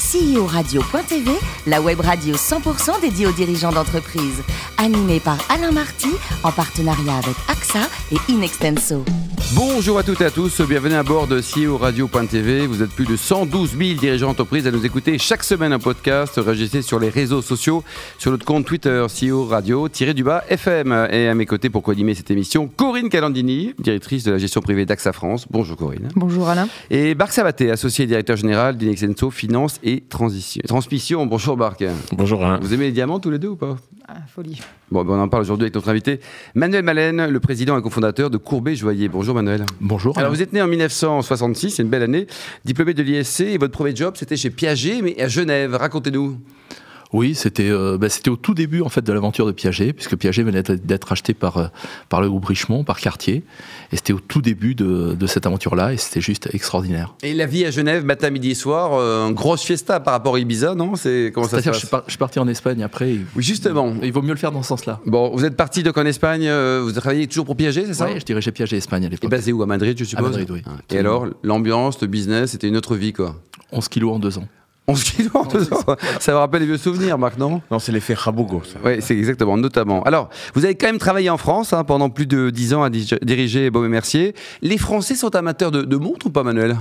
CEO Radio.tv, la web radio 100% dédiée aux dirigeants d'entreprise. Animée par Alain Marty, en partenariat avec AXA et Inextenso. Bonjour à toutes et à tous, bienvenue à bord de CEO Radio.tv. Vous êtes plus de 112 000 dirigeants d'entreprise à nous écouter chaque semaine un podcast. Réagissez sur les réseaux sociaux, sur notre compte Twitter CEO Radio-du-bas FM. Et à mes côtés pour co-animer cette émission, Corinne Calandini, directrice de la gestion privée d'AXA France. Bonjour Corinne. Bonjour Alain. Et Barc Sabaté, associé et directeur général d'Inexenso Finance et Transition. Transmission. Bonjour Barc. Bonjour Alain. Vous aimez les diamants tous les deux ou pas ah, Folie. Bon, ben, on en parle aujourd'hui avec notre invité Manuel Malène, le président et cofondateur de Courbet Joyer. Bonjour Manuel. Bonjour. Alors vous êtes né en 1966, c'est une belle année, diplômé de l'ISC et votre premier job c'était chez Piaget mais à Genève. Racontez-nous. Oui, c'était euh, bah, c'était au tout début en fait de l'aventure de Piaget, puisque Piaget venait d'être acheté par euh, par le groupe Richemont, par Cartier, et c'était au tout début de, de cette aventure-là, et c'était juste extraordinaire. Et la vie à Genève, matin, midi et soir, euh, une grosse fiesta par rapport à Ibiza, non C'est comment ça se C'est-à-dire, passe je, suis par- je suis parti en Espagne après. et- Oui, justement. Il vaut mieux le faire dans ce sens-là. Bon, vous êtes parti donc en Espagne, euh, vous travaillez toujours pour Piaget, c'est ça Eh ben, Ouais, je dirigeais Piaget Espagne à Et l'époque. basé où À Madrid, je suppose Madrid, oui. Ah, Et alors, l'ambiance, le business, c'était une autre vie, quoi. 11 kilos en deux ans. 11 kilos en deux ans. Ça me rappelle les vieux souvenirs, Marc, non Non, c'est l'effet Rabogo, ça. Oui, c'est exactement, notamment. Alors, vous avez quand même travaillé en France hein, pendant plus de 10 ans à dig- diriger Baume et Mercier. Les Français sont amateurs de, de montres ou pas, Manuel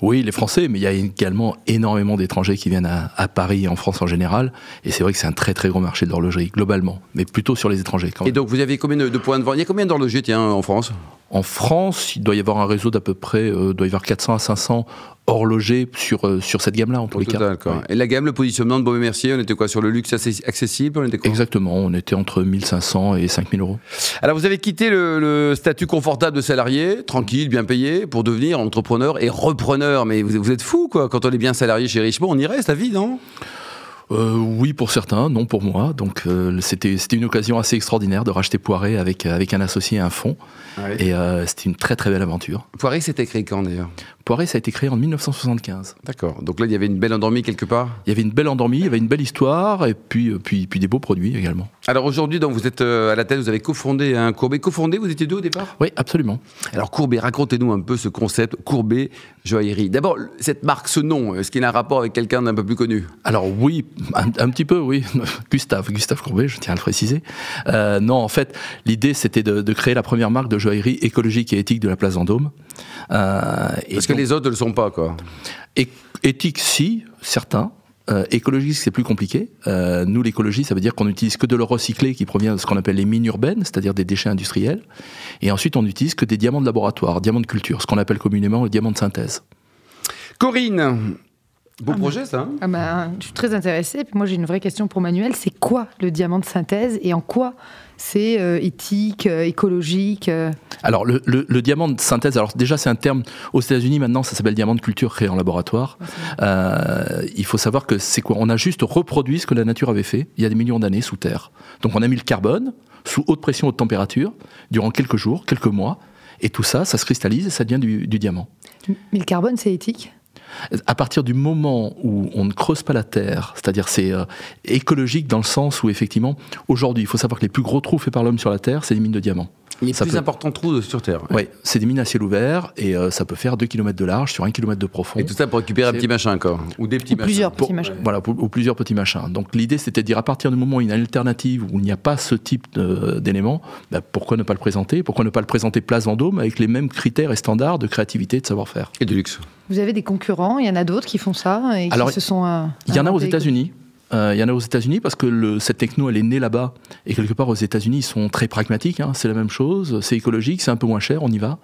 Oui, les Français, mais il y a également énormément d'étrangers qui viennent à, à Paris et en France en général. Et c'est vrai que c'est un très très gros marché de l'horlogerie, globalement, mais plutôt sur les étrangers quand Et même. donc, vous avez combien de, de points de vente Il y a combien d'horlogers, tiens, en France En France, il doit y avoir un réseau d'à peu près, euh, il doit y avoir 400 à 500 horlogers sur, euh, sur cette gamme-là, en tous Au les total, cas. quoi. Oui. Et la gamme, le positionnement de Baume et Mercier, on était quoi Sur le luxe assez accessible on était quoi Exactement, on était entre 1500 et 5000 euros. Alors, vous avez quitté le, le statut confortable de salarié, tranquille, bien payé, pour devenir entrepreneur et repreneur. Mais vous, vous êtes fou, quoi. Quand on est bien salarié chez Richemont, on y reste à vie, non Euh, oui pour certains, non pour moi. Donc euh, c'était c'était une occasion assez extraordinaire de racheter Poiré avec, avec un associé et un fonds. Et euh, c'était une très très belle aventure. Poiré, c'est écrit quand, d'ailleurs Poiré, ça a été créé en 1975. D'accord. Donc là, il y avait une belle endormie quelque part Il y avait une belle endormie, il y avait une belle histoire et puis, euh, puis, puis des beaux produits également. Alors aujourd'hui, donc vous êtes euh, à la tête, vous avez cofondé un Courbet. Cofondé, vous étiez deux au départ Oui, absolument. Alors Courbet, racontez-nous un peu ce concept Courbet Joaillerie. D'abord, cette marque, ce nom, est-ce qu'il a un rapport avec quelqu'un d'un peu plus connu Alors oui, un, un petit peu, oui. Gustave, Gustave Courbet, je tiens à le préciser. Euh, non, en fait, l'idée c'était de, de créer la première marque de joaillerie écologique et éthique de la place Vendôme. Euh, et Parce que donc- les autres ne le sont pas, quoi. É- éthique, si, certains. Euh, écologie, c'est plus compliqué. Euh, nous, l'écologie, ça veut dire qu'on n'utilise que de l'or recyclé qui provient de ce qu'on appelle les mines urbaines, c'est-à-dire des déchets industriels. Et ensuite, on n'utilise que des diamants de laboratoire, diamants de culture, ce qu'on appelle communément les diamants de synthèse. Corinne Beau Ah, projet, ça hein Ah ben, je suis très intéressée. Puis moi, j'ai une vraie question pour Manuel. C'est quoi le diamant de synthèse et en quoi c'est euh, éthique, euh, écologique euh, Alors, le, le- le diamant de synthèse, alors déjà, c'est un terme aux États-Unis maintenant, ça s'appelle diamant de culture créé en laboratoire. Euh, il faut savoir que c'est quoi On a juste reproduit ce que la nature avait fait il y a des millions d'années sous terre. Donc, on a mis le carbone sous haute pression, haute température, durant quelques jours, quelques mois. Et tout ça, ça se cristallise et ça devient du, du diamant. Mais le carbone, c'est éthique À partir du moment où on ne creuse pas la terre, c'est-à-dire c'est euh, écologique dans le sens où effectivement, aujourd'hui, il faut savoir que les plus gros trous faits par l'homme sur la terre, c'est les mines de diamants. Les Ça plus peut- importants trous de- sur Terre. Oui, c'est des mines à ciel ouvert et euh, ça peut faire 2 km de large sur 1 km de profond. Et tout ça pour récupérer un C'est- petit machin, quoi. Ou des petits Ou plusieurs machins. petits Pour- machins. Voilà, pour- ou plusieurs petits machins. Donc l'idée, c'était de dire à partir du moment où il y a une alternative, où il n'y a pas ce type de- d'éléments, bah, pourquoi ne pas le présenter Pourquoi ne pas le présenter place Vendôme avec les mêmes critères et standards de créativité et de savoir-faire Et du luxe. Vous avez des concurrents, il y en a d'autres qui font ça et Alors, qui se sont. euh, Il y en a aux inventés. États-Unis. Euh, il y en a aux États-Unis parce que le- cette techno, elle est née là-bas. Et quelque part, aux États-Unis, ils sont très pragmatiques. hein. C'est la même chose. C'est écologique, c'est un peu moins cher, on y va.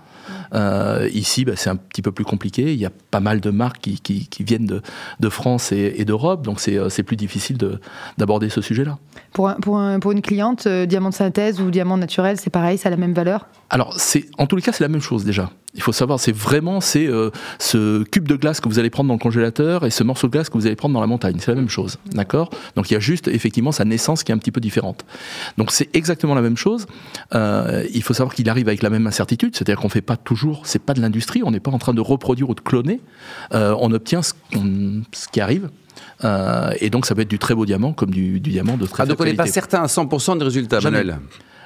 Euh, ici, bah, c'est un petit peu plus compliqué. Il y a pas mal de marques qui, qui- qui viennent de, de France et, et d'Europe. Donc, c'est euh, c'est plus difficile de- d'aborder ce sujet-là. Pour, un- pour, un- pour une cliente, euh, diamant de synthèse ou diamant naturel, c'est pareil, ça a la même valeur Alors, c'est en tous les cas, c'est la même chose déjà. Il faut savoir, c'est vraiment c'est euh, ce cube de glace que vous allez prendre dans le congélateur et ce morceau de glace que vous allez prendre dans la montagne. C'est la même chose, d'accord Donc il y a juste effectivement sa naissance qui est un petit peu différente. Donc c'est exactement la même chose. Euh, il faut savoir qu'il arrive avec la même incertitude, c'est-à-dire qu'on fait pas toujours, c'est pas de l'industrie, on n'est pas en train de reproduire ou de cloner. Euh, on obtient ce, qu'on- ce qui arrive. Euh, et donc ça peut être du très beau diamant comme du, du diamant de très Ah, donc on faible n'est pas qualité. certain à 100% des résultats, Jamais. Manuel.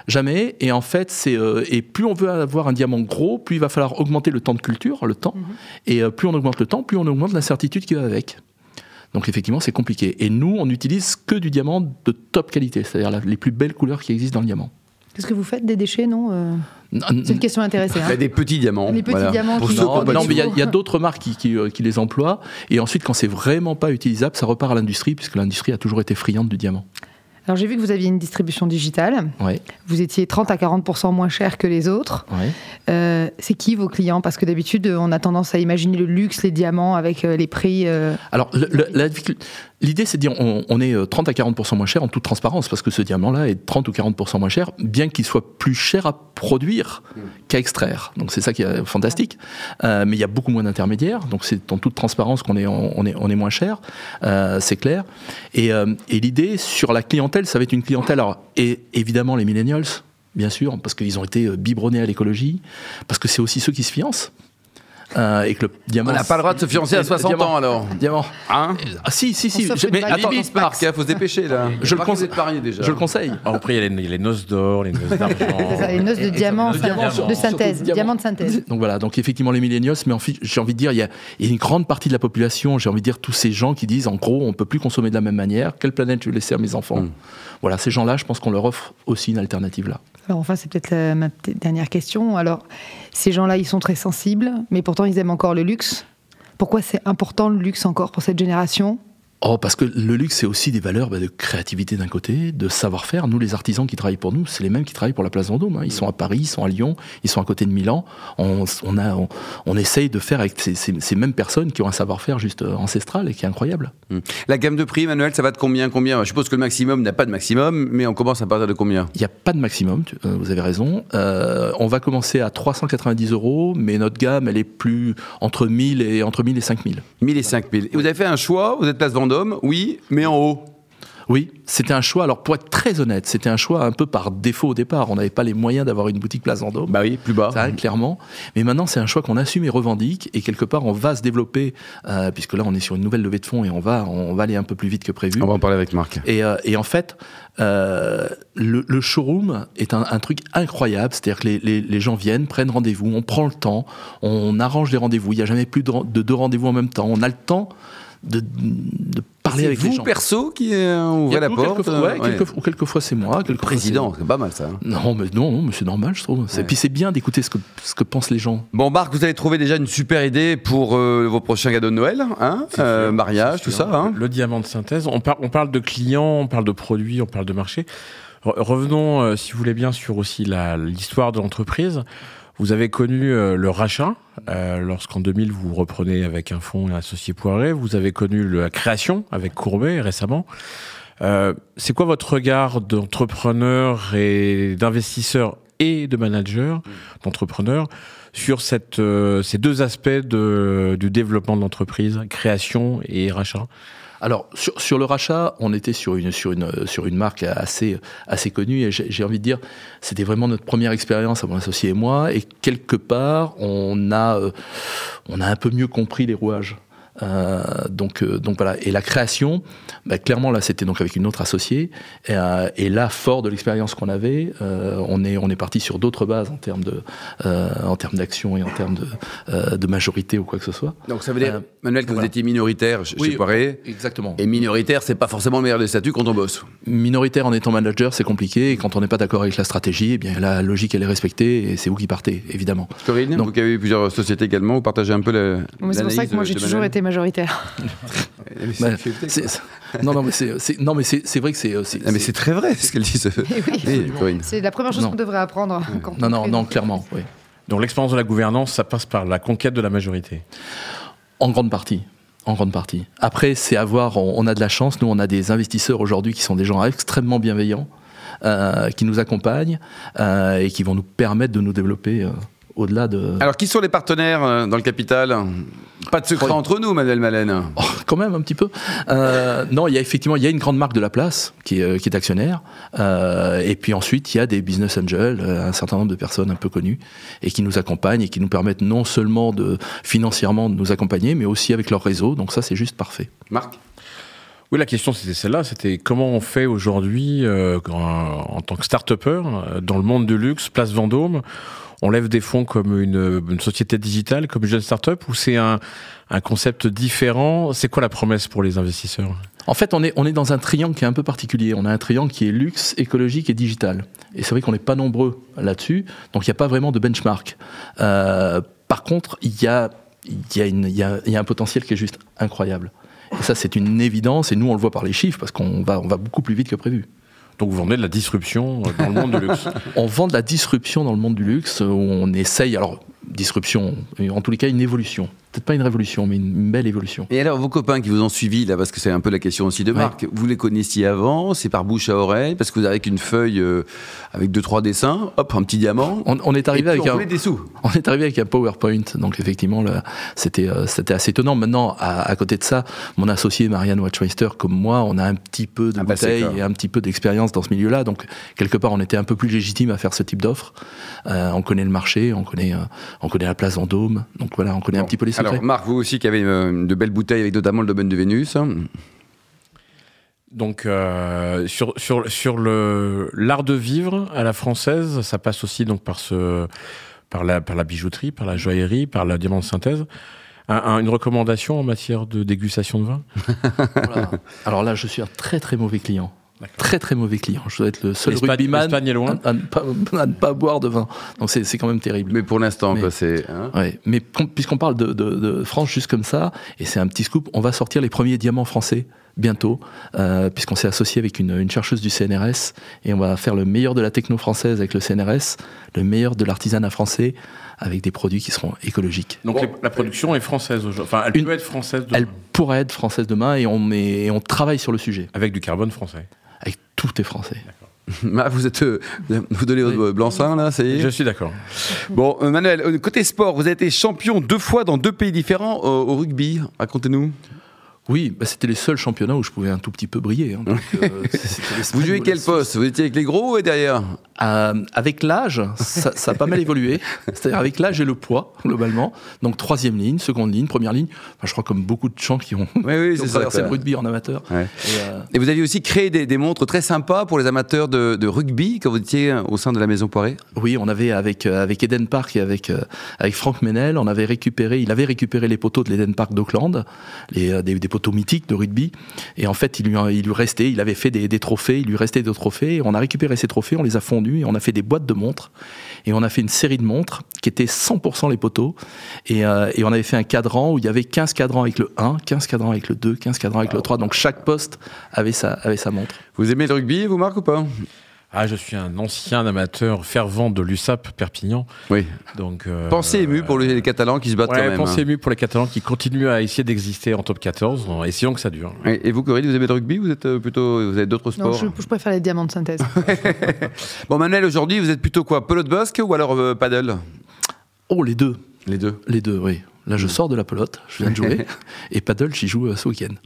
Jamais. Et en fait, c'est euh, et plus on veut avoir un diamant gros, plus il va falloir Mhm. augmenter le temps de culture, le temps. Et euh, plus on augmente le temps, plus on augmente l'incertitude qui va avec. Donc effectivement, c'est compliqué. Et nous, on n'utilise que du diamant de top qualité, c'est-à-dire la- les plus belles couleurs qui existent dans le diamant. Qu'est-ce que vous faites des déchets, non euh Non, C'est une question intéressée. Il y a hein. des petits diamants. Les petits diamants Pour qui- ceux qui non, ont pas de non, mais il y a- sous. il y a, d'autres marques qui, qui, euh, qui les emploient. Et ensuite, quand c'est vraiment pas utilisable, ça repart à l'industrie, puisque l'industrie a toujours été friande du diamant. Alors j'ai vu que vous aviez une distribution digitale. Ouais, Vous étiez 30 à 40 moins cher que les autres. ouais. Euh, c'est qui vos clients Parce que d'habitude, euh, on a tendance à imaginer le luxe, les diamants avec euh, les prix. euh, Oh, Alors, le- le- la difficult- l'idée, c'est de dire on, on est euh, 30 à 40% moins cher en toute transparence, parce que ce diamant-là est 30 ou 40% moins cher, bien qu'il soit plus cher à produire qu'à extraire. Donc, c'est ça qui est fantastique. Euh, mais il y a beaucoup moins d'intermédiaires, donc c'est en toute transparence qu'on est, on, on est, on est moins cher, euh, c'est clair. Et, euh, et l'idée sur la clientèle, ça va être une clientèle, alors, et, évidemment, les millennials, bien sûr, parce qu'ils ont été euh, biberonnés à l'écologie, parce que c'est aussi ceux qui se fiancent. euh, et que le diamant. On n'a pas le droit de se fiancer à 60 Diamant- ans alors. Diamant. Hein Ah si, si, si, s'offre je- une mais baguette. attends, Attends, Billy il Sparks, faut se dépêcher là. Je le Marquez conseille. de parier, déjà. je le conseille. Alors, après, il y a les, les noces d'or, les noces c'est ça, d'argent. les noces de diamants, diamant, enfin, surtout de le synthèse, diamant. diamants de synthèse. Donc voilà, donc effectivement les milléniaux, mais en fi- j'ai envie de dire, il y, a, il y a une grande partie de la population, j'ai envie de dire tous ces gens qui disent en gros, on peut plus consommer de la même manière, quelle planète je vais laisser à mes enfants Mm. Voilà, ces gens-là, je pense qu'on leur offre aussi une alternative là. Alors enfin, c'est peut-être euh, ma petite dernière question. Alors, ces gens-là, ils sont très sensibles, mais pourtant, ils aiment encore le luxe. Pourquoi c'est important le luxe encore pour cette génération Oh, parce que le luxe, c'est aussi des valeurs bah, de créativité d'un côté, de savoir-faire. Nous, les artisans qui travaillent pour nous, c'est les mêmes qui travaillent pour la Place Vendôme. hein. Ils sont à Paris, ils sont à Lyon, ils sont à côté de Milan. On, on a, on, on essaye de faire avec ces, ces- ces mêmes personnes qui ont un savoir-faire juste euh, ancestral et qui est incroyable. Hmm. La gamme de prix, Manuel, ça va de combien Combien Je suppose que le maximum n'a pas de maximum, mais on commence à partir de combien Il n'y a pas de maximum, tu- euh, vous avez raison. Euh, on va commencer à 390 euros, mais notre gamme, elle est plus entre 1000 et, entre 1000 et 5000. 1000 et 5000. Et vous avez fait un choix, vous êtes place Vendôme, oui, mais en haut. Oui, c'était un choix. Alors, pour être très honnête, c'était un choix un peu par défaut au départ. On n'avait pas les moyens d'avoir une boutique Place Vendôme. Bah oui, plus bas. Ça, clairement. Mais maintenant, c'est un choix qu'on assume et revendique. Et quelque part, on va se développer, euh, puisque là, on est sur une nouvelle levée de fonds et on va, on va aller un peu plus vite que prévu. On va en parler avec Marc. Et, euh, et en fait, euh, le, le showroom est un, un truc incroyable. C'est-à-dire que les, les- les gens viennent, prennent rendez-vous, on prend le temps, on arrange les rendez-vous. Il n'y a jamais plus de, ren- de deux rendez-vous en même temps. On a le temps de, de parler C'est avec vous, les gens. perso, qui euh, ouvrez la Ou porte quelquefois- euh, ouais, ouais. quelquefois- ou quelquefois c'est moi, Le quelquefois c'est- président, c'est pas mal ça. hein. Non, mais non, non, mais c'est normal, je trouve. Ouais. Et puis c'est bien d'écouter ce que, ce que pensent les gens. Bon, Marc, vous allez trouver déjà une super idée pour euh, vos prochains cadeaux de Noël, hein C'est sûr, Euh, c'est mariage, tout sûr. ça. Hein Le diamant de synthèse. On, par- on parle de clients, on parle de produits, on parle de marché. Re- revenons, euh, si vous voulez bien, sur aussi la- l'histoire de l'entreprise. Vous avez connu euh, le rachat, euh, lorsqu'en 2000, vous reprenez avec un fonds et un associé Poiré. Vous avez connu la création avec Courbet récemment. Euh, C'est quoi votre regard d'entrepreneur et d'investisseur et de manager, d'entrepreneur, sur cette, euh, ces deux aspects de- du développement de l'entreprise, création et rachat. Alors sur, sur le rachat, on était sur une sur une sur une marque assez assez connue et j'ai j'ai envie de dire c'était vraiment notre première expérience à mon associé et moi et quelque part on a euh, on a un peu mieux compris les rouages. Euh, donc euh, donc voilà et la création bah, clairement là c'était donc avec une autre associée et, euh, et là fort de l'expérience qu'on avait euh, on est on est parti sur d'autres bases en termes de euh, en termes d'action et en termes de euh, de majorité ou quoi que ce soit Donc ça veut dire, Manuel, Euh, que vous voilà. étiez minoritaire ch- Oui. chez Poiré. exactement Et minoritaire, c'est pas forcément le meilleur des statuts quand on bosse. minoritaire en étant manager, c'est compliqué. Et quand on n'est pas d'accord avec la stratégie, eh bien la logique elle est respectée et c'est vous qui partez, évidemment. Corinne, Non. vous qui avez eu plusieurs sociétés également, vous partagez un peu le. Mais C'est pour ça que moi, j'ai toujours été majoritaire. Euh, Bah, c'est- non, non, mais c'est c'est- non, mais c'est- c'est vrai que c'est euh, c'est- ah, mais c'est très vrai ce qu'elle dit, ce- Eh oui. Oui, Corinne. C'est la première chose Non. qu'on devrait apprendre. hein, quand on non, non, crée non, une clairement, oui. Donc l'expérience de la gouvernance, ça passe par la conquête de la majorité. En grande partie. En grande partie. Après, c'est avoir, on, on a de la chance, nous on a des investisseurs aujourd'hui qui sont des gens extrêmement bienveillants, euh, qui nous accompagnent euh, et qui vont nous permettre de nous développer euh, au-delà de... Alors, qui sont les partenaires euh, dans le capital Pas de secret Trois. entre nous, Manuel Malène. Oh, quand même un petit peu. Euh, non, il y a effectivement il y a une grande marque de la place qui est, euh, qui est actionnaire. Euh, et puis ensuite, il y a des business angels, euh, un certain nombre de personnes un peu connues et qui nous accompagnent et qui nous permettent non seulement de financièrement de nous accompagner, mais aussi avec leur réseau. Donc ça, c'est juste parfait. Marc Oui, la question c'était celle-là, c'était comment on fait aujourd'hui euh, quand- en tant que start-upper euh, dans le monde du luxe, place Vendôme on lève des fonds comme une, une société digitale, comme une jeune start-up, ou c'est un, un concept différent C'est quoi la promesse pour les investisseurs En fait, on est, on est dans un triangle qui est un peu particulier. On a un triangle qui est luxe, écologique et digital. Et c'est vrai qu'on n'est pas nombreux là-dessus, donc il n'y a pas vraiment de benchmark. Euh, par contre, il y a, il y, a une- il y a- il y a un potentiel qui est juste incroyable. Et ça, c'est une évidence, et nous, on le voit par les chiffres, parce qu'on va, on va beaucoup plus vite que prévu. Donc vous vendez de la disruption euh, dans le monde du luxe. On vend de la disruption dans le monde du luxe, où on essaye, alors, disruption, en tous les cas, une évolution. Peut-être pas une révolution, mais une belle évolution. Et alors, vos copains qui vous ont suivi, là, parce que c'est un peu la question aussi de Ouais. Marc, vous les connaissiez avant, c'est par bouche à oreille, parce que vous arrivez avec une feuille euh, avec deux, trois dessins, hop, un petit diamant. On, on est Et arrivé puis, avec on un, voulait des sous. On est arrivé avec un PowerPoint, donc effectivement, là, c'était euh, c'était assez étonnant. Maintenant, à, à côté de ça, mon associé Marianne Watchmeister, comme moi, on a un petit peu de Un passé, bouteille quoi. et un petit peu d'expérience dans ce milieu-là, donc quelque part, on était un peu plus légitime à faire ce type d'offre. Euh, on connaît le marché, on connaît, euh, on connaît la place Vendôme, donc voilà, on connaît un Bon. petit peu les secrets. Alors, Marc, vous aussi qui avez euh, de belles bouteilles avec notamment le domaine de Vénus. hein. Donc euh, sur sur sur le l'art de vivre à la française, ça passe aussi donc par ce par la par la bijouterie, par la joaillerie, par la diamant de synthèse. Un- un- une recommandation en matière de dégustation de vin. Voilà. Alors là, je suis un très très mauvais client. Très très mauvais client. Je dois être le seul L'Espagne rugbyman l'Espagne est loin. à, à ne pas, à ne pas boire de vin. Donc c'est c'est quand même terrible. Mais pour l'instant, Mais- quoi, c'est. hein. Ouais, mais com- puisqu'on parle de, de- de France juste comme ça, et c'est un petit scoop, on va sortir les premiers diamants français bientôt, euh, puisqu'on s'est associé avec une, une chercheuse du CNRS, et on va faire le meilleur de la techno française avec le CNRS, le meilleur de l'artisanat français avec des produits qui seront écologiques. Donc les- la production est française aujourd'hui. Enfin, elle Une- peut être française de- Elle pourra être française demain, et on, est- et on travaille sur le sujet, avec du carbone français. avec tout est français. Marc, vous êtes. euh, vous donnez au blanc-seing, là, ça y est Je suis d'accord. Bon, euh, Manuel, euh, côté sport, vous avez été champion deux fois dans deux pays différents euh, au rugby. Racontez-nous. Oui, bah, c'était les seuls championnats où je pouvais un tout petit peu briller. hein, donc, euh, c'était Vous l'Espagne jouez ou la quel Suisse. poste Vous étiez avec les gros et derrière Euh, avec l'âge, ça, ça a pas mal évolué. C'est-à-dire avec l'âge et le poids, globalement. Donc troisième ligne, seconde ligne, première ligne. Enfin, je crois comme beaucoup de gens qui ont, qui Oui, oui, ont c'est ça. traversé quoi. le rugby en amateur. Ouais. Et, euh, Et vous aviez aussi créé des, des montres très sympas pour les amateurs de, de rugby quand vous étiez au sein de la maison Poiré. oui, on avait avec euh, avec Eden Park et avec euh, avec Franck Menel, on avait récupéré, il avait récupéré les poteaux de l'Eden Park d'Auckland, les euh, des, des poteaux mythiques de rugby. Et en fait, il lui en- il lui restait, il avait fait des, des trophées, il lui restait des trophées. Et on a récupéré ces trophées, on les a fondus et on a fait des boîtes de montres. et on a fait une série de montres qui étaient 100% les poteaux et, euh, et on avait fait un cadran où il y avait 15 cadrans avec le 1, 15 cadrans avec le 2, 15 cadrans avec le 3 donc chaque poste avait sa, avait sa montre Vous aimez le rugby, vous, Marc, ou pas Ah, je suis un ancien amateur fervent de l'USAP Perpignan. Oui. Donc euh, Pensez ému pour les Catalans qui se battent quand Ouais, même. pensez hein. ému pour les Catalans qui continuent à essayer d'exister en top 14. en Essayons que ça dure. Et, et vous, Corinne, vous aimez le rugby ou Vous êtes euh, plutôt, vous avez d'autres sports Non, je, je préfère les diamants de synthèse. Bon, Manuel, aujourd'hui, vous êtes plutôt quoi Pelote basque ou alors euh, paddle oh les deux, Les deux. les deux oui là je sors de la pelote, je viens de jouer et paddle j'y joue euh, ce week-end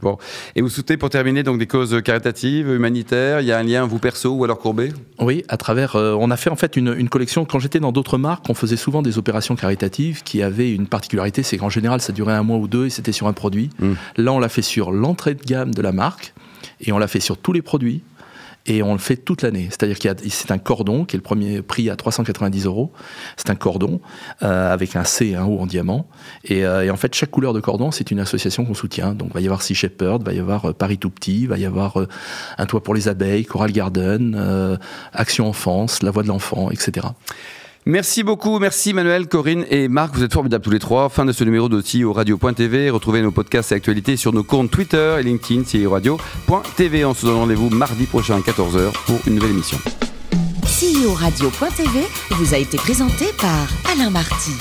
Et vous soutenez pour terminer donc des causes caritatives, humanitaires. Il y a un lien vous perso ou alors courbé Oui, à travers. euh, on a fait en fait une, une collection. Quand j'étais dans d'autres marques, on faisait souvent des opérations caritatives qui avaient une particularité, c'est qu'en général, ça durait un mois ou deux et c'était sur un produit. Mm. Là, on l'a fait sur l'entrée de gamme de la marque et on l'a fait sur tous les produits. Et on le fait toute l'année. C'est-à-dire qu'il y a- c'est un cordon qui est le premier prix à 390 euros. C'est un cordon euh, avec un C et un O en diamant. Et, euh, et en fait, chaque couleur de cordon, c'est une association qu'on soutient. Donc, il va y avoir Sea Shepherd, va y avoir euh, Paris Tout Petit, va y avoir euh, Un Toit pour les Abeilles, Coral Garden, euh, Action Enfance, La Voix de l'Enfant, etc. Merci beaucoup, merci Manuel, Corinne et Marc, vous êtes formidables tous les trois. Fin de ce numéro de CIO Radio.tv. Retrouvez nos podcasts et actualités sur nos comptes Twitter et LinkedIn CIO Radio.tv. On se donne rendez-vous mardi prochain à 14h pour une nouvelle émission. E CEO Radio.tv vous a été présenté par Alain Marty.